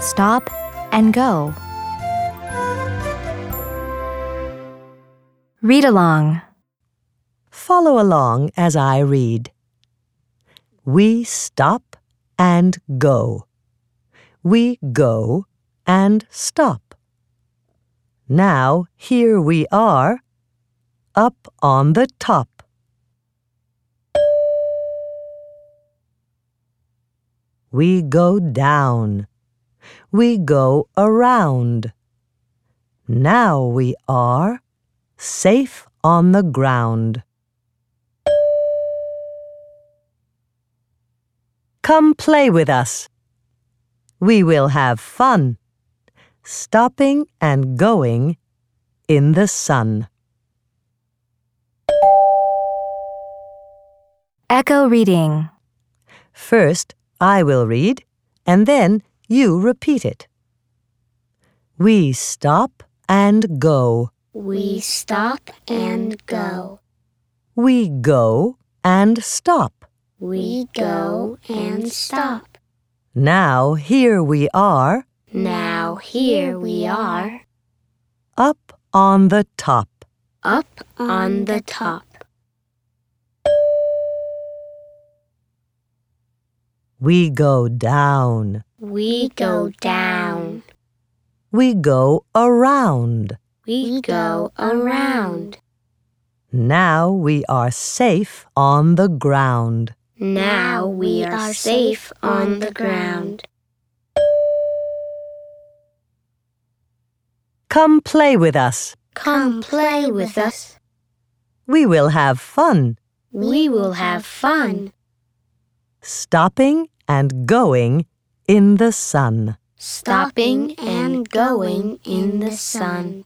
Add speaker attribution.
Speaker 1: stop and go. Read along.
Speaker 2: Follow along as I read. We stop and go. We go and stop. Now here we are, up on the top. We go down. We go around. Now we are safe on the ground. Come play with us. We will have fun, stopping and going in the sun.
Speaker 1: Echo reading.
Speaker 2: First, I will read, and then you repeat it. We stop and go.
Speaker 3: We stop and go.
Speaker 2: We go and stop.
Speaker 3: We go and stop.
Speaker 2: Now here we are,
Speaker 3: Now here we are,
Speaker 2: up on the top.
Speaker 3: up on the top.
Speaker 2: We go down.
Speaker 3: We go down.
Speaker 2: We go around.
Speaker 3: We go around.
Speaker 2: Now we are safe on the ground.
Speaker 3: Now we are safe on the ground.
Speaker 2: Come play with us.
Speaker 3: Come play with us.
Speaker 2: We will have fun,
Speaker 3: We will have fun.
Speaker 2: stopping and going in the sun.
Speaker 3: Stopping and going in the sun.